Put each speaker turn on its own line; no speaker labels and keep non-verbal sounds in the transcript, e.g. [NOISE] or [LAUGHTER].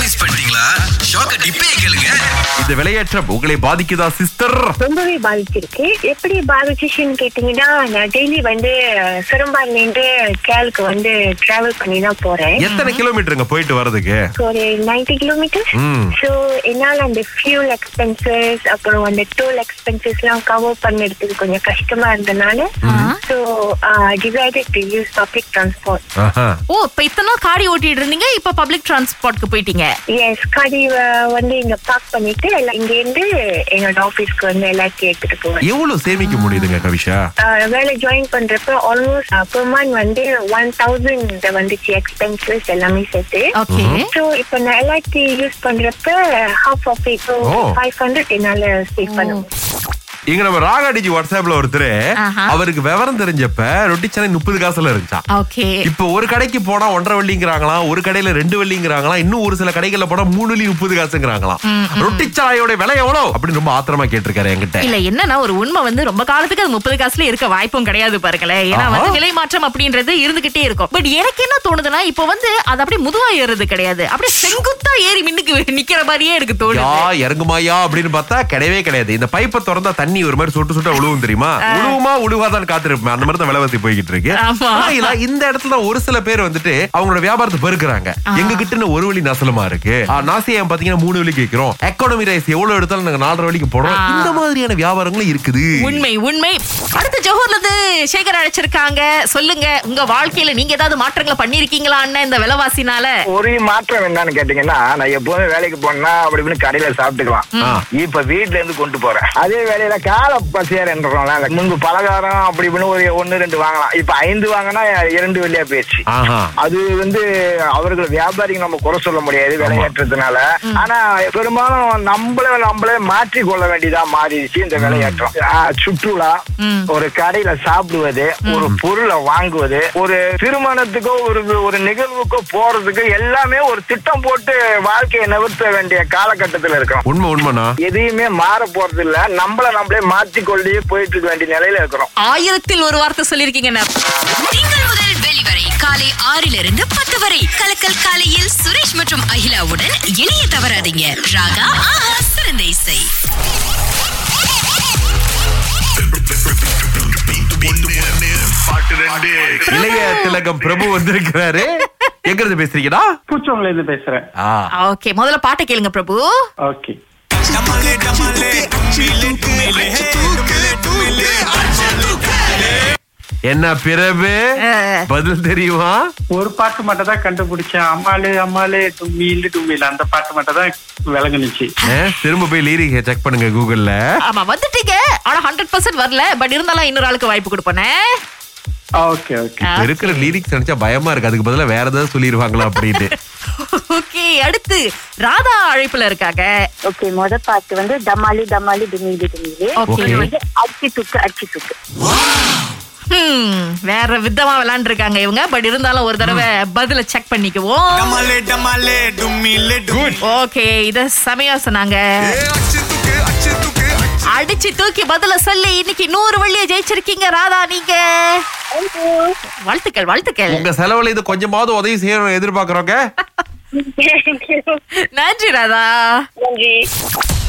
Miss பண்ணிட்டீங்களா ஷாக்க டிப்பே கேளுங்க
இந்த விளையாட்டம் உங்களை பாதிக்குதா சிஸ்டர்
ரொம்பவே பாதிச்சிருக்கு எப்படி பாதிச்சிச்சுன்னு கேட்டீங்கன்னா நான் டெய்லி வந்து சிறும்பான்லேருந்து கேலுக்கு வந்து டிராவல் பண்ணி தான் போறேன்
எத்தனை கிலோமீட்டருங்க போயிட்டு வர்றதுக்கு
ஒரு 90 கிலோமீட்டர்
ம்.
ஸோ என்னால் அந்த ஃபியூல் எக்ஸ்பென்சஸ் அப்புறம் அந்த டோல் எக்ஸ்பென்சஸ்லாம் கவர் பண்ணுறதுக்கு கொஞ்சம் கஷ்டமா இருந்தனால so decided to use public transport
ஆஹா.
ஓ இப்ப இத்தனை நாள் காடி ஓட்டிட்டு இருந்தீங்க இப்ப பப்ளிக் டிரான்ஸ்போர்ட்க்கு போயிட்டீங்க
எஸ் கடி வந்து இங்க பார்க் பண்ணிட்டு எல்லாம் இங்கேருந்து என்னோட ஆஃபீஸ்க்கு வந்து எல்லாத்தையும் எடுத்துட்டு போவேன்
எவ்வளவு சேமிக்க முடியுதுங்க கவிஷா
ஆஹ் வேலை ஜாயின் பண்றப்ப ஆல்மோஸ்ட் per month வந்து ஒன் தௌசண்ட் வந்துச்சு எக்ஸ்பென்சஸ் எல்லாமே சேர்த்து
ஓகே
ஸோ இப்போ நான் எல்ஐடி யூஸ் பண்றப்ப half of it
Oh.
Five hundred என்னால சேவ் பண்ண முடியும்
இங்க நம்ம ராகாடிஜி வாட்ஸ்அப்ல ஒருத்தர்
ஆஹா.
அவருக்கு விவரம் தெரிஞ்சப்ப ரொட்டி சென்னை முப்பது காசுல இருந்துச்சா
ஓகே
இப்ப ஒரு கடைக்கு போனா ஒன்றரை வெள்ளிங்கிறாங்களாம் ஒரு கடையில ரெண்டு வெள்ளிங்கிறாங்களாம் இன்னும் ஒரு சில கடைகள்ல போனா மூணு வெள்ளி முப்பது காசுங்கிறாங்களாம் ரொட்டி சாயோட விலை எவ்வளவு அப்படின்னு ரொம்ப ஆத்திரமா கேட்டிருக்காரு என்கிட்ட
இல்ல என்னன்னா ஒரு உண்மை வந்து ரொம்ப காலத்துக்கு அது முப்பது காசுல இருக்க வாய்ப்பும் கிடையாது பாருங்களேன் ஏன்னா
ஆஹா.
வந்து விலை மாற்றம் அப்படின்றது இருந்துகிட்டே இருக்கும் பட் எனக்கு என்ன தோணுதுன்னா இப்ப வந்து அது அப்படியே முதுவா ஏறுறது கிடையாது அப்படியே செங்குத்தா ஏறி மின்னுக்கு [LAUGHS] நிக்கிற மாதிரியே எனக்கு
யா
தோணுது
இறங்குமாயா அப்படின்னு பார்த்தா கிடையவே கிடையாது இந்த பைப்பை திறந்தா தண்ணி ஒரு மாதிரி சுட்டு சுட்ட உழுவும் தெரியுமா உழுவுமா உழுவாதான் காத்திருப்பேன் அந்த மாதிரி தான் விலைவாசி போய்கிட்டு இருக்கு
ஆமா.
ஆனா இல்ல, இந்த இடத்துல தான் ஒரு சில பேர் வந்துட்டு அவங்களோட வியாபாரத்தை பெருக்குறாங்க எங்க கிட்ட ஒரு வழி நசலமா இருக்கு ஆ, நாசியம் பாத்தீங்கன்னா மூணு வழி கேக்குறோம் எக்கானமி ரைஸ் எவ்வளவு எடுத்தாலும் நாங்க நாலரை வழிக்கு போறோம் இந்த மாதிரியான வியாபாரங்களும் இருக்குது
உண்மை உண்மை அடுத்து ஜோஹர்ல இருந்து சேகர் அழைச்சிருக்காங்க சொல்லுங்க உங்க வாழ்க்கையில நீங்க ஏதாவது மாற்றங்களை பண்ணிருக்கீங்களா அண்ணா இந்த விலைவாசினால
ஒரு மாற்றம் என்னன்னு கேட்டீங்கன்னா நான் எப்பவுமே வேலைக்கு போனா அப்படி இப்படின்னு கடையில சாப்பிட்டுக்கலாம் இப்ப வீட்ல இருந்து கொண்டு போறேன் அதே வேலையில கால பசியார் என்றோம்ல முன்பு பலகாரம் அப்படி இப்படின்னு ஒரு ஒண்ணு ரெண்டு வாங்கலாம் இப்ப ஐந்து வாங்கினா இரண்டு வெள்ளியா போயிடுச்சு
ஆஹா
அது வந்து அவர்கள் வியாபாரிக்கு நம்ம குறை சொல்ல முடியாது விலையேற்றத்தினால ஆனா பெரும்பாலும் நம்மளே நம்மளே மாற்றி கொள்ள வேண்டியதா மாறிடுச்சு இந்த விலையேற்றம் ஆ, சுற்றுலா ஒரு கடையில சாப்பிடுவது ஒரு பொருளை வாங்குவது ஒரு திருமணத்துக்கோ ஒரு ஒரு நிகழ்வுக்கோ போறதுக்கு எல்லாமே ஒரு திட்டம் போட்டு வாழ்க்கையை நிவர்த்த வேண்டிய காலகட்டத்துல இருக்கிறோம்
உண்மை உண்மைண்ணா
எதையுமே மாற போறது இல்ல நம்மள நம்மளே மாற்றி கொண்டே போயிட்டு இருக்க வேண்டிய நிலையில இருக்கிறோம்
ஆயிரத்தில் ஒரு வார்த்தை சொல்லிருக்கீங்க
திங்கள் முதல் வெளிவரை காலை ஆறிலிருந்து பத்து வரை கலக்கல் காலையில் சுரேஷ் மற்றும் அகிலாவுடன் இணைய தவறாதீங்க ராகா ஆஹா சிறந்த இசை
இளைய திலகம் பிரபு வந்திருக்கிறாரு எங்க இருந்து பேசுறீங்கடா
பூச்சோங்கல இருந்து பேசுறேன்
ஆ
ஓகே முதல்ல பாட்டை கேளுங்க பிரபு
ஓகே
என்ன பிறகு
ஆ.
பதில் தெரியுமா
ஒரு பாட்டு மட்டும் தான் கண்டுபிடிச்சேன் அம்மாளு அம்மாளு டும்மீல் டும்மீல் அந்த பாட்டு மட்டும் தான் விளங்குனுச்சு
ஆ, திரும்ப போய் லீரிக்க செக் பண்ணுங்க கூகுள்ல
ஆமா வந்துட்டீங்க ஆனா ஹண்ட்ரட் பர்சன்ட் வரல பட் இருந்தாலும் இன்னொரு ஆளுக்கு வாய்ப்பு கொடுப்பேனே
ஓகே ஓகே
இப்ப இருக்கிற லிரிக்ஸ் நினைச்சா பயமா இருக்கு அதுக்கு பதிலா வேற ஏதாவது சொல்லிருவாங்களா அப்படின்னு
ஓகே அடுத்து ராதா அழைப்புல இருக்காங்க
ஓகே முத பாட்டு வந்து தமாலி தமாலி துமிலி துமிலி
ஓகே
Okay.
வந்து அச்சி துக்கு அச்சி துக்கு
ஹம், வேற விதமா விளையாண்டு இருக்காங்க இவங்க பட் இருந்தாலும் ஒரு தடவை பதில செக் பண்ணிக்குவோம் ஓகே இத சமயா சொன்னாங்க அடிச்சு தூக்கி பதில சொல்லி இன்னைக்கு நூறு வழியை ஜெயிச்சிருக்கீங்க ராதா நீங்க
[LAUGHS]
வாழ்த்துக்கள் வாழ்த்துக்கள்
உங்க செலவுல இது கொஞ்சமாவது உதவி செய்யணும் எதிர்பார்க்கறோங்க
நன்றி ராதா
நன்றி